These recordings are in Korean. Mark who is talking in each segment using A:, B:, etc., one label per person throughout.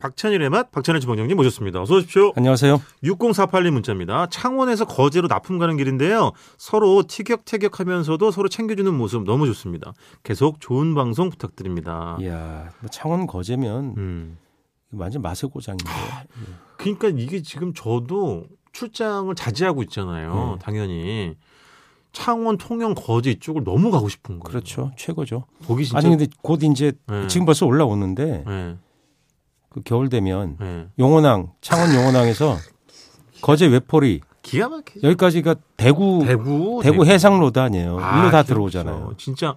A: 박찬일의 맛 박찬일 주방장님 모셨습니다. 어서 오십시오.
B: 안녕하세요.
A: 6048님 문자입니다. 창원에서 거제로 납품 가는 길인데요. 서로 티격태격하면서도 서로 챙겨주는 모습 너무 좋습니다. 계속 좋은 방송 부탁드립니다.
B: 이야, 뭐 창원 거제면
A: 아. 음.
B: 완전 맛의 고장인데.
A: 그러니까 이게 지금 저도 출장을 자제하고 있잖아요.
B: 네.
A: 당연히 창원 통영 거제 이쪽을 너무 가고 싶은 거예요.
B: 그렇죠. 최고죠.
A: 거기 진짜
B: 아니 근데 곧 이제
A: 네.
B: 지금 벌써 올라오는데
A: 네,
B: 그 겨울 되면
A: 네.
B: 용호항, 창원 용호항에서 거제 외포리
A: 기가 막히죠.
B: 여기까지가 대구 대구,
A: 대구
B: 해상로도 아니에요.
A: 아,
B: 어, 일로 다
A: 그렇죠.
B: 들어오잖아요.
A: 진짜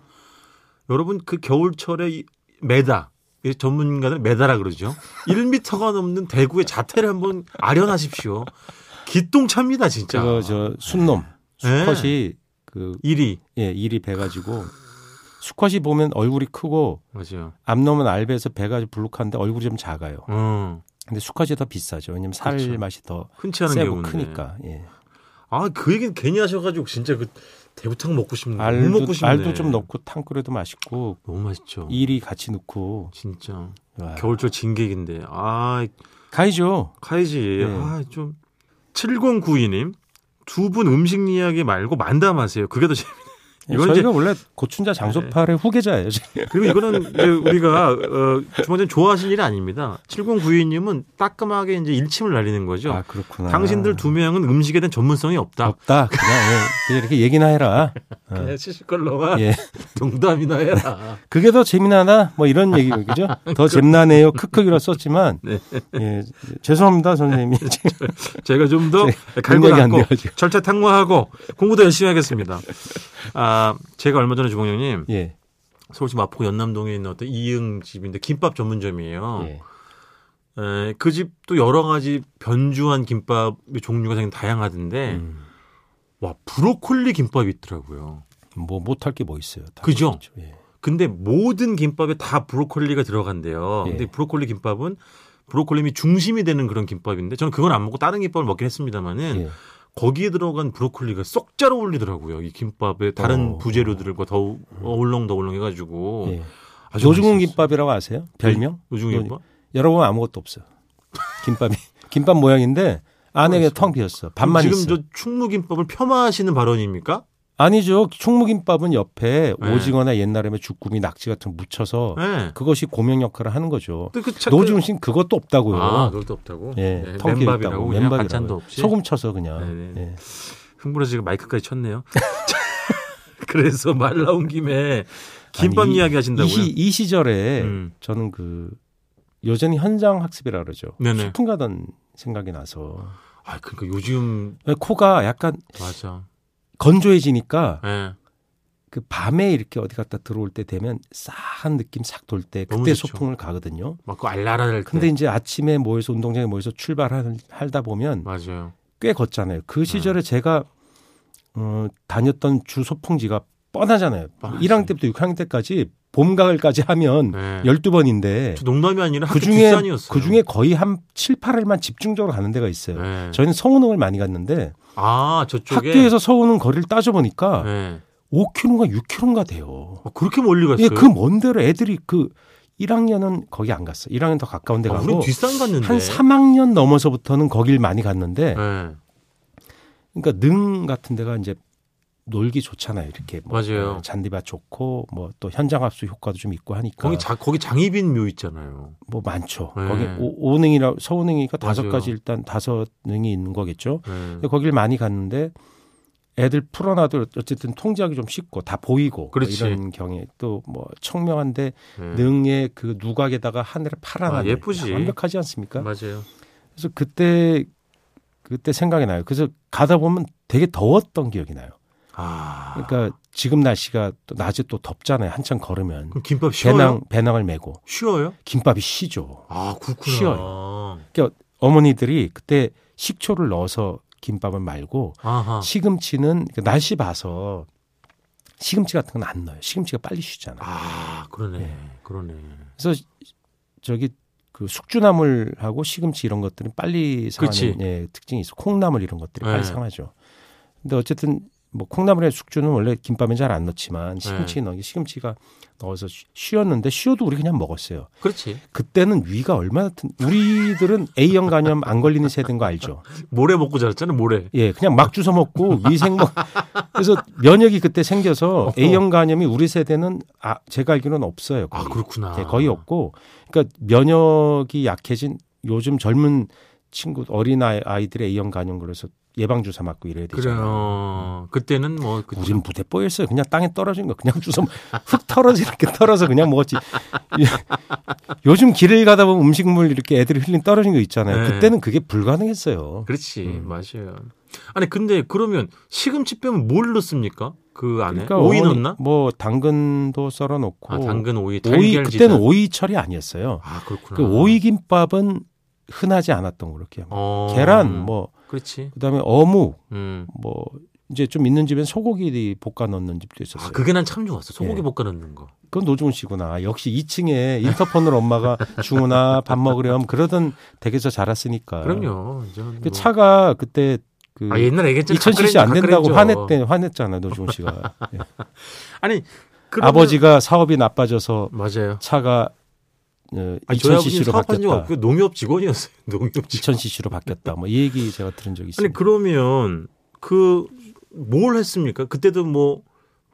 A: 여러분 그 겨울철에 이 메다 이 전문가들은 메다라 그러죠. 1미터가 넘는 대구의 자태를 한번 아련하십시오. 기똥찹니다 진짜.
B: 그거 저 순놈
A: 네.
B: 수컷이 그
A: 1위
B: 예, 일이 배가지고 수컷이 보면 얼굴이 크고
A: 맞아요.
B: 암놈은 알배에서 배가 불룩한데 얼굴이 좀 작아요.
A: 음,
B: 근데 수컷이 더 비싸죠. 왜냐면 살
A: 그렇죠.
B: 맛이 더
A: 흔치 않은
B: 세고
A: 경우인데.
B: 크니까. 예.
A: 아그 얘기는 괜히 하셔가지고 진짜 그 대구탕 먹고 싶네. 물
B: 알도,
A: 음, 먹고 싶네.
B: 알도 좀 넣고 탕 끓여도 맛있고
A: 너무 맛있죠.
B: 일이 같이 넣고
A: 진짜
B: 와.
A: 겨울철 진객인데 아
B: 가이죠.
A: 카이지.
B: 네.
A: 아, 좀 7092님. 두 분 음식 이야기 말고 만담하세요. 그게 더 재밌.
B: 예,
A: 이건
B: 저희가 원래 고춘자
A: 네.
B: 장소팔의 후계자예요. 저희.
A: 그리고 이거는 이제 우리가 어, 주방장 좋아하실 일이 아닙니다. 7092님은 따끔하게 이제 일침을 날리는 거죠.
B: 아 그렇구나. 어,
A: 당신들 두 명은 음식에 대한 전문성이 없다.
B: 없다. 그냥, 예. 그냥 이렇게 얘기나 해라. 어.
A: 그냥 치실 걸로만
B: 예.
A: 농담이나 해라.
B: 그게 더 재미나나 뭐 이런 얘기고 그죠? 더 잼나네요. 크크기로 썼지만
A: 네.
B: 예, 죄송합니다 선생님.
A: 제가 좀 더
B: 네,
A: 갈고
B: 능력이 안
A: 닦고
B: 돼가지고.
A: 절차 탕화하고 공부도 열심히 하겠습니다. 아, 제가 얼마 전에 주방장님
B: 예.
A: 서울시 마포 연남동에 있는 어떤 이응 집인데 김밥 전문점이에요.
B: 예.
A: 에, 그 집도 여러 가지 변주한 김밥의 종류가 굉장히 다양하던데
B: 음.
A: 와 브로콜리 김밥이 있더라고요.
B: 뭐 못할 게 뭐 있어요. 다
A: 그죠?
B: 그렇죠. 예.
A: 근데 모든 김밥에 다 브로콜리가 들어간대요.
B: 예.
A: 근데 브로콜리 김밥은 브로콜리이 중심이 되는 그런 김밥인데 저는 그건 안 먹고 다른 김밥을 먹긴 했습니다마는
B: 예.
A: 거기에 들어간 브로콜리가 쏙 잘 어울리더라고요. 이 김밥에 다른
B: 어.
A: 부재료들과 더 어울렁더울렁 뭐 해가지고
B: 예.
A: 아주
B: 노중훈
A: 맛있었어요.
B: 김밥이라고 아세요? 별명?
A: 노중훈 김밥?
B: 여러분 아무것도 없어. 김밥이 김밥 모양인데 안에 그냥 텅 비었어. 반만
A: 지금
B: 있어.
A: 저 충무김밥을 폄하하시는 발언입니까?
B: 아니죠. 충무김밥은 옆에
A: 네.
B: 오징어나 옛날에 주꾸미, 낙지 같은 거 묻혀서
A: 네.
B: 그것이 고명 역할을 하는 거죠.
A: 그, 그,
B: 어. 노중훈 씨는 그것도 없다고요.
A: 아, 그것도 없다고?
B: 예,
A: 네,
B: 텅 비어 있다고.
A: 맨밥이라고 그냥 반찬도
B: 맨밥이라고.
A: 없이
B: 소금 쳐서 그냥.
A: 네네.
B: 예.
A: 흥분해서 지금 마이크까지 쳤네요. 그래서 말 나온 김에 김밥
B: 아니, 이-
A: 이야기 하신다고요?
B: 이, 시, 이 시절에
A: 음.
B: 저는 그 요즘 현장 학습이라 그러죠.
A: 네네.
B: 소풍 가던 생각이 나서
A: 아, 그러니까 요즘
B: 코가 약간
A: 맞아.
B: 건조해지니까
A: 예.
B: 그 밤에 이렇게 어디 갔다 들어올 때 되면 싸한 느낌 싹 돌 때
A: 너무
B: 그때
A: 좋죠. 네.
B: 소풍을 가거든요.
A: 막그 알라랄 때.
B: 근데 이제 아침에 모여서 운동장에 모여서 출발하다 보면
A: 맞아요.
B: 꽤 걷잖아요. 그
A: 네.
B: 시절에 제가 어, 다녔던 주 소풍지가 뻔하잖아요.
A: 뻔하지.
B: 1학년 때부터 6학년 때까지 봄 가을까지 하면
A: 네.
B: 12번인데
A: 저 농담이 아니라
B: 그
A: 학교
B: 중에
A: 뒷산이었어요.
B: 그 중에 거의 한 7, 8일만 집중적으로 가는 데가 있어요.
A: 네.
B: 저희는 서운흥을 많이 갔는데
A: 아, 저쪽에
B: 학교에서 서운흥 거리를 따져 보니까
A: 네.
B: 5km가 6km가 돼요.
A: 아, 그렇게 멀리 갔어요.
B: 예, 그 먼데로 애들이 그 1학년은 거기 안 갔어. 1학년 더 가까운 데
A: 아,
B: 가고
A: 우리 뒷산 갔는데.
B: 한 3학년 넘어서부터는 거길 많이 갔는데
A: 네.
B: 그러니까 능 같은 데가 이제 놀기 좋잖아요. 이렇게 뭐
A: 맞아요.
B: 잔디밭 좋고 뭐 또 현장 합수 효과도 좀 있고 하니까
A: 거기 자, 거기 장희빈 묘 있잖아요.
B: 뭐 많죠.
A: 네.
B: 거기 오, 오능이라 서오능이니까 다섯
A: 맞아요.
B: 가지 일단 다섯 능이 있는 거겠죠.
A: 네.
B: 근데 거길 많이 갔는데 애들 풀어놔도 어쨌든 통제하기 좀 쉽고 다 보이고 뭐
A: 그렇지.
B: 이런 경에 또 뭐 청명한데
A: 네.
B: 능의 그 누각에다가 하늘을 파란
A: 아,
B: 하늘
A: 예쁘지.
B: 완벽하지 않습니까?
A: 맞아요.
B: 그래서 그때 그때 생각이 나요. 그래서 가다 보면 되게 더웠던 기억이 나요.
A: 아.
B: 그러니까 지금 날씨가 또 낮에 또 덥잖아요. 한참 걸으면
A: 그럼 김밥 쉬어요?
B: 배낭 배낭을 메고
A: 쉬어요?
B: 김밥이 쉬죠.
A: 아, 그렇구나.
B: 쉬어요. 어머니들이 그때 식초를 넣어서 김밥을 말고
A: 아하.
B: 시금치는 그 날씨 봐서 시금치 같은 건 안 넣어요. 시금치가 빨리 쉬잖아. 요
A: 아, 그러네.
B: 예.
A: 그러네.
B: 그래서 시- 저기 그 숙주나물하고 시금치 이런 것들은 빨리 상하는
A: 그치.
B: 예, 특징이 있어. 콩나물 이런 것들이
A: 예.
B: 빨리 상하죠. 근데 어쨌든 뭐 콩나물에 숙주는 원래 김밥에 잘 안 넣지만 시금치
A: 네.
B: 넣기 시금치가 넣어서 쉬- 쉬었는데 쉬어도 우리 그냥 먹었어요.
A: 그렇지.
B: 그때는 위가 얼마나 튼 우리들은 A형 간염 안 걸리는 세대인 거 알죠?
A: 모래 먹고 자랐잖아, 모래.
B: 예, 그냥 막 주워 먹고 위생 먹 그래서 면역이 그때 생겨서
A: 어허.
B: A형 간염이 우리 세대는 아 제가 알기로는 없어요. 거의.
A: 아, 그렇구나.
B: 예, 거의 없고 그러니까 면역이 약해진 요즘 젊은 친구 어린 아이, 아이들의 A형 간염 그래서 예방 주사 맞고 이래야 되잖아요.
A: 그래요. 그때는 뭐 그,
B: 음. 우린 무대 뽀였어요. 그냥 땅에 떨어진 거 그냥 주워 먹- 흙 털어서 이렇게 털어서 그냥 먹었지. 예. 요즘 길을 가다 보면 음식물 이렇게 애들이 흘린 떨어진 거 있잖아요.
A: 네.
B: 그때는 그게 불가능했어요.
A: 그렇지.
B: 음.
A: 맞아요. 아니 근데 그러면 시금치 빼면 뭘 넣습니까? 그 안에
B: 그러니까
A: 오이
B: 어머니
A: 넣나?
B: 뭐 당근도 썰어 놓고
A: 아, 당근 오이,
B: 오이
A: 달걀
B: 그때는
A: 지단.
B: 오이 철이 아니었어요.
A: 아, 그렇구나.
B: 그 오이 김밥은 흔하지 않았던 거로 기억.
A: 어.
B: 계란 뭐
A: 그렇지.
B: 그다음에 어묵
A: 음.
B: 뭐 이제 좀 있는 집엔 소고기 볶아 넣는 집도 있었어요.
A: 아, 그게 난 참 좋았어. 소고기
B: 예.
A: 볶아 넣는 거.
B: 그건 노중훈 씨구나. 역시 2층에 인터폰으로 엄마가 중훈아 밥 먹으렴 그러던 댁에서 자랐으니까.
A: 그럼요. 이제 뭐.
B: 아. 그 차가 그때 그
A: 아, 옛날에 얘기했잖아.
B: 이천실시 안
A: 가까이
B: 된다고
A: 가까이죠.
B: 화냈대 화냈잖아요 노중훈 씨가. 예.
A: 아니, 그러면-
B: 아버지가 사업이 나빠져서
A: 맞아요.
B: 차가 어,
A: 아, 저희 아버지는
B: 2000cc로
A: 사업한 적
B: 바뀌었다.
A: 없고 농협 직원이었어요. 농협 직원.
B: 2000cc로 바뀌었다. 뭐 이 얘기 제가 들은 적이
A: 아니,
B: 있습니다.
A: 그러면 그 뭘 했습니까? 그때도 뭐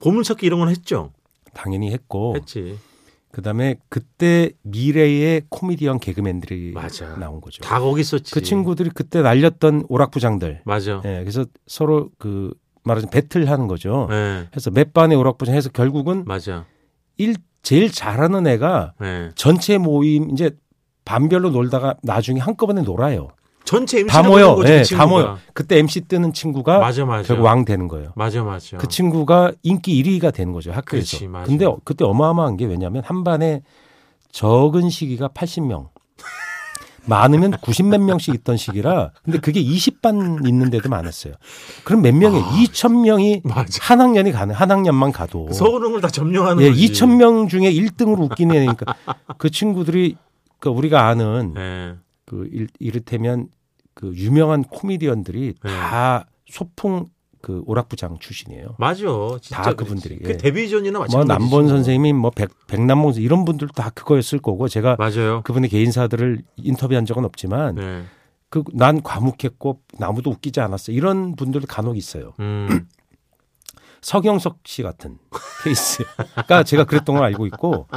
A: 보물찾기 이런 건 했죠.
B: 당연히 했고
A: 했지.
B: 그다음에 그때 미래의 코미디언 개그맨들이
A: 맞아.
B: 나온 거죠.
A: 다 거기 있었지.
B: 그 친구들이 그때 날렸던 오락부장들.
A: 맞아.
B: 예, 그래서 서로 그 말하자면 배틀하는 거죠.
A: 예.
B: 그래서 몇 반의 오락부장 해서 결국은
A: 맞아.
B: 일 제일 잘하는 애가
A: 예.
B: 전체 모임 이제 반별로 놀다가 나중에 한꺼번에 놀아요.
A: 전체 MC
B: 다
A: 다
B: 모여,
A: 모여.
B: 예, 다 모여. 그때 MC 뜨는 친구가
A: 그 맞아, 맞아.
B: 결국 왕 되는 거예요.
A: 맞아, 맞아.
B: 그 친구가 인기 1위가 되는 거죠 학교에서.
A: 그렇죠. 그렇지, 맞아요.
B: 근데 어- 그때 어마어마한 게 왜냐하면 한 반에 적은 시기가 80명, 많으면 90 몇 명씩 있던 시기라. 근데 그게 20반 있는데도 많았어요. 그럼 몇 명이
A: 아.
B: 2천 명이
A: 맞아.
B: 한 학년이 가는 한 학년만 가도
A: 그 서울을 다 점령하는
B: 예,
A: 거지.
B: 2천 명 중에 1등으로 웃기는 애니까 그 친구들이 그 우리가 아는
A: 예.
B: 그 일, 이를테면 그 유명한 코미디언들이
A: 네.
B: 다 소풍 그 오락부장 출신이에요.
A: 맞아. 진짜
B: 다
A: 그랬지.
B: 그분들이,
A: 그
B: 예.
A: 데뷔전이나
B: 뭐
A: 마찬가지죠.
B: 남본 선생님이 뭐 백, 백남봉 선생님 이런 분들 다 그거였을 거고 제가
A: 맞아요.
B: 그분의 개인사들을 인터뷰한 적은 없지만
A: 네.
B: 그 난 과묵했고 나무도 웃기지 않았어 이런 분들 간혹 있어요
A: 음.
B: 아, 서경석 씨 같은 케이스가 그러니까 제가 그랬던 걸 알고 있고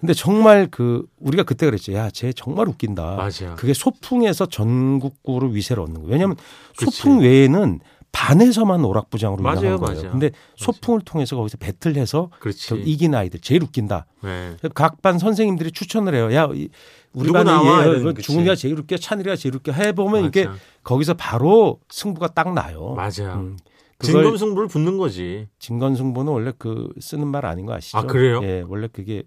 B: 근데 정말 그 우리가 그때 그랬죠 야 쟤 정말 웃긴다
A: 맞아.
B: 그게 소풍에서 전국구로 위세를 얻는 거예요 왜냐하면
A: 그치.
B: 소풍 외에는 반에서만 오락부장으로
A: 맞아요,
B: 유명한 거예요
A: 맞아요.
B: 근데 소풍을 통해서 거기서 배틀해서
A: 그렇지.
B: 결국 이긴 아이들 제일 웃긴다
A: 네.
B: 각 반 선생님들이 추천을 해요. 야, 이- 우리
A: 누구
B: 반에
A: 나와?
B: 얘, 어,
A: 이러는
B: 이거
A: 거지.
B: 중훈이가 제일 웃겨, 찬이가 제일 웃겨 해보면 이게
A: 맞아.
B: 거기서 바로 승부가 딱 나요.
A: 맞아.
B: 음, 그걸
A: 진검승부를 붙는 거지.
B: 진건승부는 원래 그 쓰는 말 아닌 거 아시죠?
A: 아, 그래요?
B: 예, 원래 그게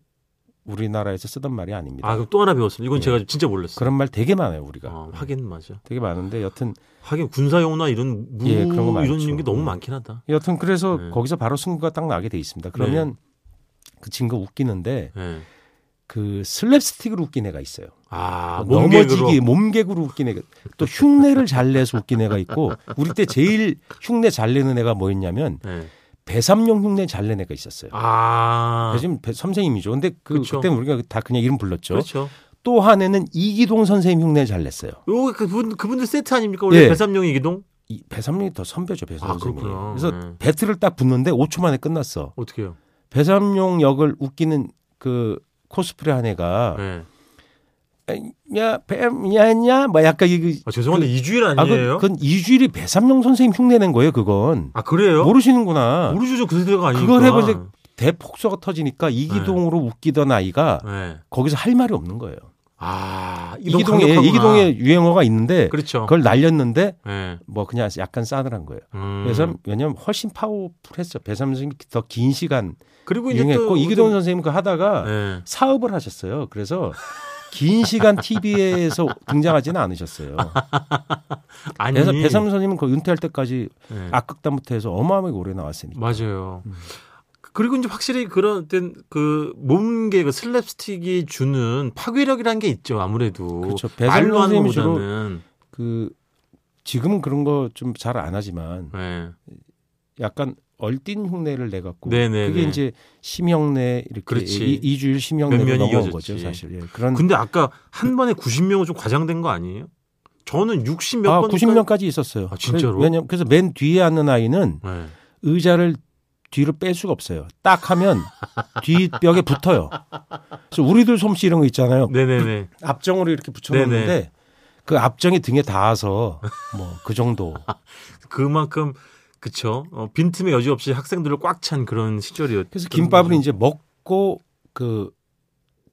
B: 우리나라에서 쓰던 말이 아닙니다.
A: 아, 그럼 또 하나 배웠습니다. 이건
B: 예.
A: 제가 진짜 몰랐어요.
B: 그런 말 되게 많아요, 우리가.
A: 어, 하긴 맞아.
B: 되게 많은데 여튼
A: 하긴 군사용어나 이런 무
B: 예, 그런 거 많죠.
A: 이런 게 너무
B: 음.
A: 많긴 하다.
B: 여튼 그래서
A: 네.
B: 거기서 바로 승부가 딱 나게 돼 있습니다. 그러면 그 친구 가 웃기는데
A: 예.
B: 그 슬랩스틱으로 웃긴 애가 있어요.
A: 아,
B: 뭐 넘어지기
A: 몸개그로
B: 몸개구로 웃긴 애가 또 흉내를 잘 내서 웃긴 애가 있고 우리 때 제일 흉내 잘 내는 애가 뭐였냐면
A: 예.
B: 배삼룡 흉내 잘 내는 애가 있었어요.
A: 아.
B: 요즘 배- 선생님이죠. 근데 그,
A: 그쵸.
B: 그때 우리가 다 그냥 이름 불렀죠.
A: 그렇죠.
B: 또 한 애는 이기동 선생님 흉내 잘 냈어요.
A: 요 그분 그분들 세트 아닙니까? 원래
B: 예.
A: 배삼룡 이기동
B: 이 배삼룡이 더 선배죠,
A: 아,
B: 배삼룡. 선생님이.
A: 그렇구나.
B: 그래서
A: 예.
B: 배틀을 딱 붙는데 5초 만에 끝났어.
A: 어떻게요?
B: 배삼룡 역을 웃기는 그 코스프레 한 애가
A: 예. 네.
B: 야, 뱀야냐 뭐 약간 이그
A: 아, 죄송한데 이주일 아니에요?
B: 아, 그, 그건 이주일이 배삼룡 선생님 흉내낸 거예요, 그건.
A: 아, 그래요?
B: 모르시는구나.
A: 모르죠. 저그 세대가 아니니까.
B: 그걸 해본 적- 대폭소가 터지니까
A: 네.
B: 이기동으로 웃기던 아이가
A: 예.
B: 거기서 할 말이 없는 거예요.
A: 아, 이동
B: 이기동에
A: 강력하구나.
B: 이기동의 유행어가 있는데
A: 그렇죠.
B: 그걸 날렸는데
A: 예.
B: 뭐 그냥 약간 싸늘한 거예요.
A: 음.
B: 그래서 왜냐면 훨씬 파워풀했죠. 배삼 선생님이 더 긴 시간
A: 그리고 뭐 이제
B: 유행했고
A: 또
B: 이기동 선생님 그 하다가
A: 예.
B: 사업을 하셨어요. 그래서 긴 시간 TV에서 등장하지는 않으셨어요.
A: 아니
B: 그래서 배삼 선생님은 거의 은퇴할 때까지
A: 예.
B: 악극단부터 해서 어마어마하게 오래 나왔으니까.
A: 맞아요.
B: 음.
A: 그리고 이제 확실히 그런 어떤 그 몸개 그 슬랩스틱이 주는 파괴력이라는 게 있죠. 아무래도
B: 그렇죠. 배삼
A: 뭐 말로 하는
B: 선생님이 주로
A: 것보다는
B: 그 지금은 그런 거 좀 잘 안 하지만
A: 예.
B: 약간 얼띤 흉내를 내 갖고
A: 네네네.
B: 그게 이제 심형내 이렇게
A: 그렇지.
B: 이- 이주일
A: 몇
B: 심형내로
A: 면이
B: 넘어온
A: 이어졌지.
B: 거죠 사실. 예. 그런
A: 근데 아까 한 번에 90명은 좀 과장된 거 아니에요? 저는 60 몇
B: 아,
A: 번.
B: 90명까지 있었어요.
A: 아, 진짜로?
B: 그래- 왜냐면 그래서 맨 뒤에 앉는 아이는
A: 네.
B: 의자를 뒤로 뺄 수가 없어요. 딱 하면 뒤벽에 붙어요. 그래서 우리들 솜씨 이런 거 있잖아요.
A: 네네네.
B: 앞정으로 이렇게 붙여놓는데 그 앞정이 등에 닿아서 뭐 그 정도.
A: 그만큼 그쵸. 어, 빈틈의 여지 없이 학생들을 꽉 찬 그런 시절이었.
B: 그래서 김밥을 이제 먹고 그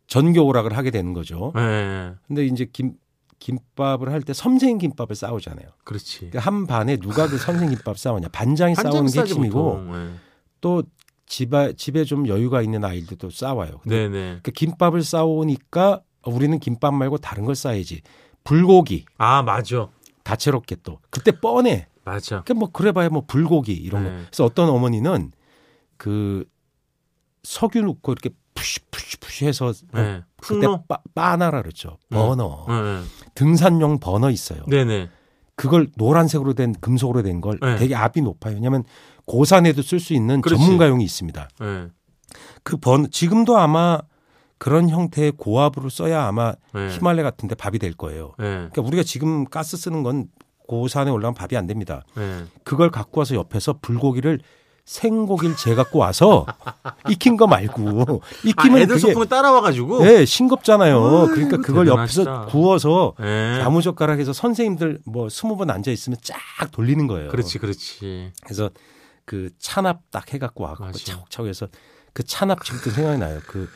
B: 전교 오락을 하게 되는 거죠.
A: 네.
B: 근데 이제 김 김밥을 할 때 선생 김밥을 싸우잖아요.
A: 예. 그렇지.
B: 그러니까 한 반에 누가 그 선생 김밥 싸우냐. 반장이 싸우는
A: 한참
B: 게
A: 싸지
B: 팀이고
A: 보통. 네.
B: 또 집에 집에 좀 여유가 있는 아이들도 싸워요. 근데
A: 네네.
B: 그 김밥을 싸우니까 우리는 김밥 말고 다른 걸 싸야지. 불고기
A: 아 맞아.
B: 다채롭게 또 그때 뻔해.
A: 맞아.
B: 그러니까 뭐 그래봐야 뭐 불고기 이런 거.
A: 네.
B: 그래서 어떤 어머니는 그 석유 넣고 이렇게 푸시 푸시 푸시해서
A: 네.
B: 그때
A: 풍로.
B: 빠, 빠나라 어, 그랬죠.
A: 네.
B: 버너
A: 네.
B: 등산용 버너 있어요.
A: 네네.
B: 그걸 노란색으로 된 금속으로 된 걸
A: 네.
B: 되게 압이 높아요. 왜냐하면 고산에도 쓸 수 있는
A: 그렇지.
B: 전문가용이 있습니다.
A: 네.
B: 그 번 지금도 아마 그런 형태의 고압으로 써야 아마
A: 네.
B: 히말레 같은데 밥이 될 거예요.
A: 네.
B: 그러니까 우리가 지금 가스 쓰는 건 고산에 올라면 밥이 안 됩니다.
A: 네.
B: 그걸 갖고 와서 옆에서 불고기를 생고기를 재 갖고 와서 익힌 거 말고
A: 아,
B: 익히면
A: 애들
B: 그게
A: 소풍에 따라와가지고.
B: 네, 싱겁잖아요.
A: 아이고,
B: 그러니까 그걸
A: 대단하시다.
B: 옆에서 구워서
A: 네.
B: 나무젓가락에서 선생님들 뭐 스무 번 앉아 있으면 쫙 돌리는 거예요.
A: 그렇지, 그렇지.
B: 그래서 그 찬압 딱 해갖고 와갖고
A: 맞아.
B: 차곡차곡해서 그 찬압 지금도 생각이 나요. 그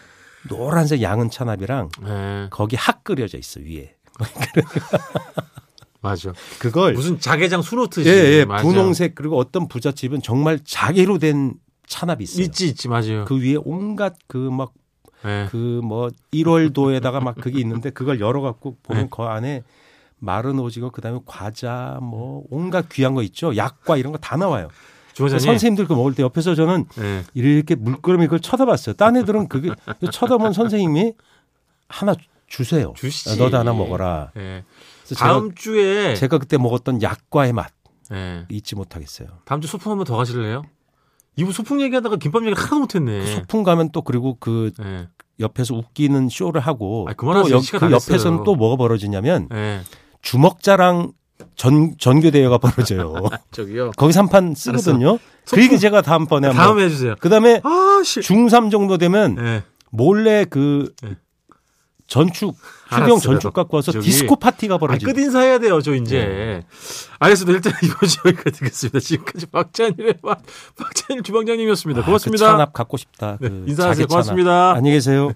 B: 노란색 양은 찬압이랑
A: 네.
B: 거기 학 끓여져 있어 위에
A: 맞아.
B: 그걸
A: 무슨 자개장 수놓듯이.
B: 예, 예
A: 맞아.
B: 분홍색 그리고 어떤 부잣집은 정말 자개로 된 찬압이 있어요.
A: 있지, 있지, 맞아요.
B: 그 위에 온갖 그 막 그 뭐
A: 네.
B: 1월도에다가 막 그게 있는데 그걸 열어 갖고 보면
A: 네.
B: 그 안에 마른 오징어 그다음에 과자 뭐 온갖 귀한 거 있죠. 약과 이런 거 다 나와요.
A: 주원장님.
B: 선생님들 그 먹을 때 옆에서 저는
A: 네.
B: 이렇게 물끄러미 그걸 쳐다봤어요. 딴 애들은 그게 쳐다본 선생님이 하나 주세요.
A: 주시지.
B: 야, 너도 하나 먹어라.
A: 네.
B: 그래서
A: 다음 주에.
B: 제가, 제가 그때 먹었던 약과의 맛
A: 네.
B: 잊지 못하겠어요.
A: 다음 주 소풍 한번 더 가실래요? 이분 소풍 얘기하다가 김밥 얘기 하나도 못했네.
B: 그 소풍 가면 또 그리고 그
A: 네.
B: 옆에서 웃기는 쇼를 하고
A: 아, 그만하세요.
B: 또 옆-
A: 시간
B: 그
A: 안 됐어요.
B: 옆에서는 또 뭐가 벌어지냐면
A: 네.
B: 주먹자랑 전 전교 대회가 벌어져요.
A: 저기요.
B: 거기 서한 판 쓰거든요. 그리고
A: 소풍.
B: 제가 다음번에 한번
A: 다음에 해주세요.
B: 그다음에
A: 아, 씨.
B: 중3 정도 되면
A: 네.
B: 몰래 그
A: 네.
B: 전축
A: 알았어요.
B: 수경 전축 갖고 와서
A: 저기-
B: 디스코 파티가
A: 아,
B: 벌어지고 네.
A: 끝인사 해야 돼요, 저 이제. 알겠습니다. 일단 이번 주 여기까지 듣겠습니다. 지금까지 박찬일의 박, 박찬일 주방장님이었습니다.
B: 아, 그
A: 고맙습니다.
B: 찬압 갖고 싶다.
A: 네,
B: 그
A: 인사하세요.
B: 자기 찬압.
A: 고맙습니다.
B: 안녕히 계세요.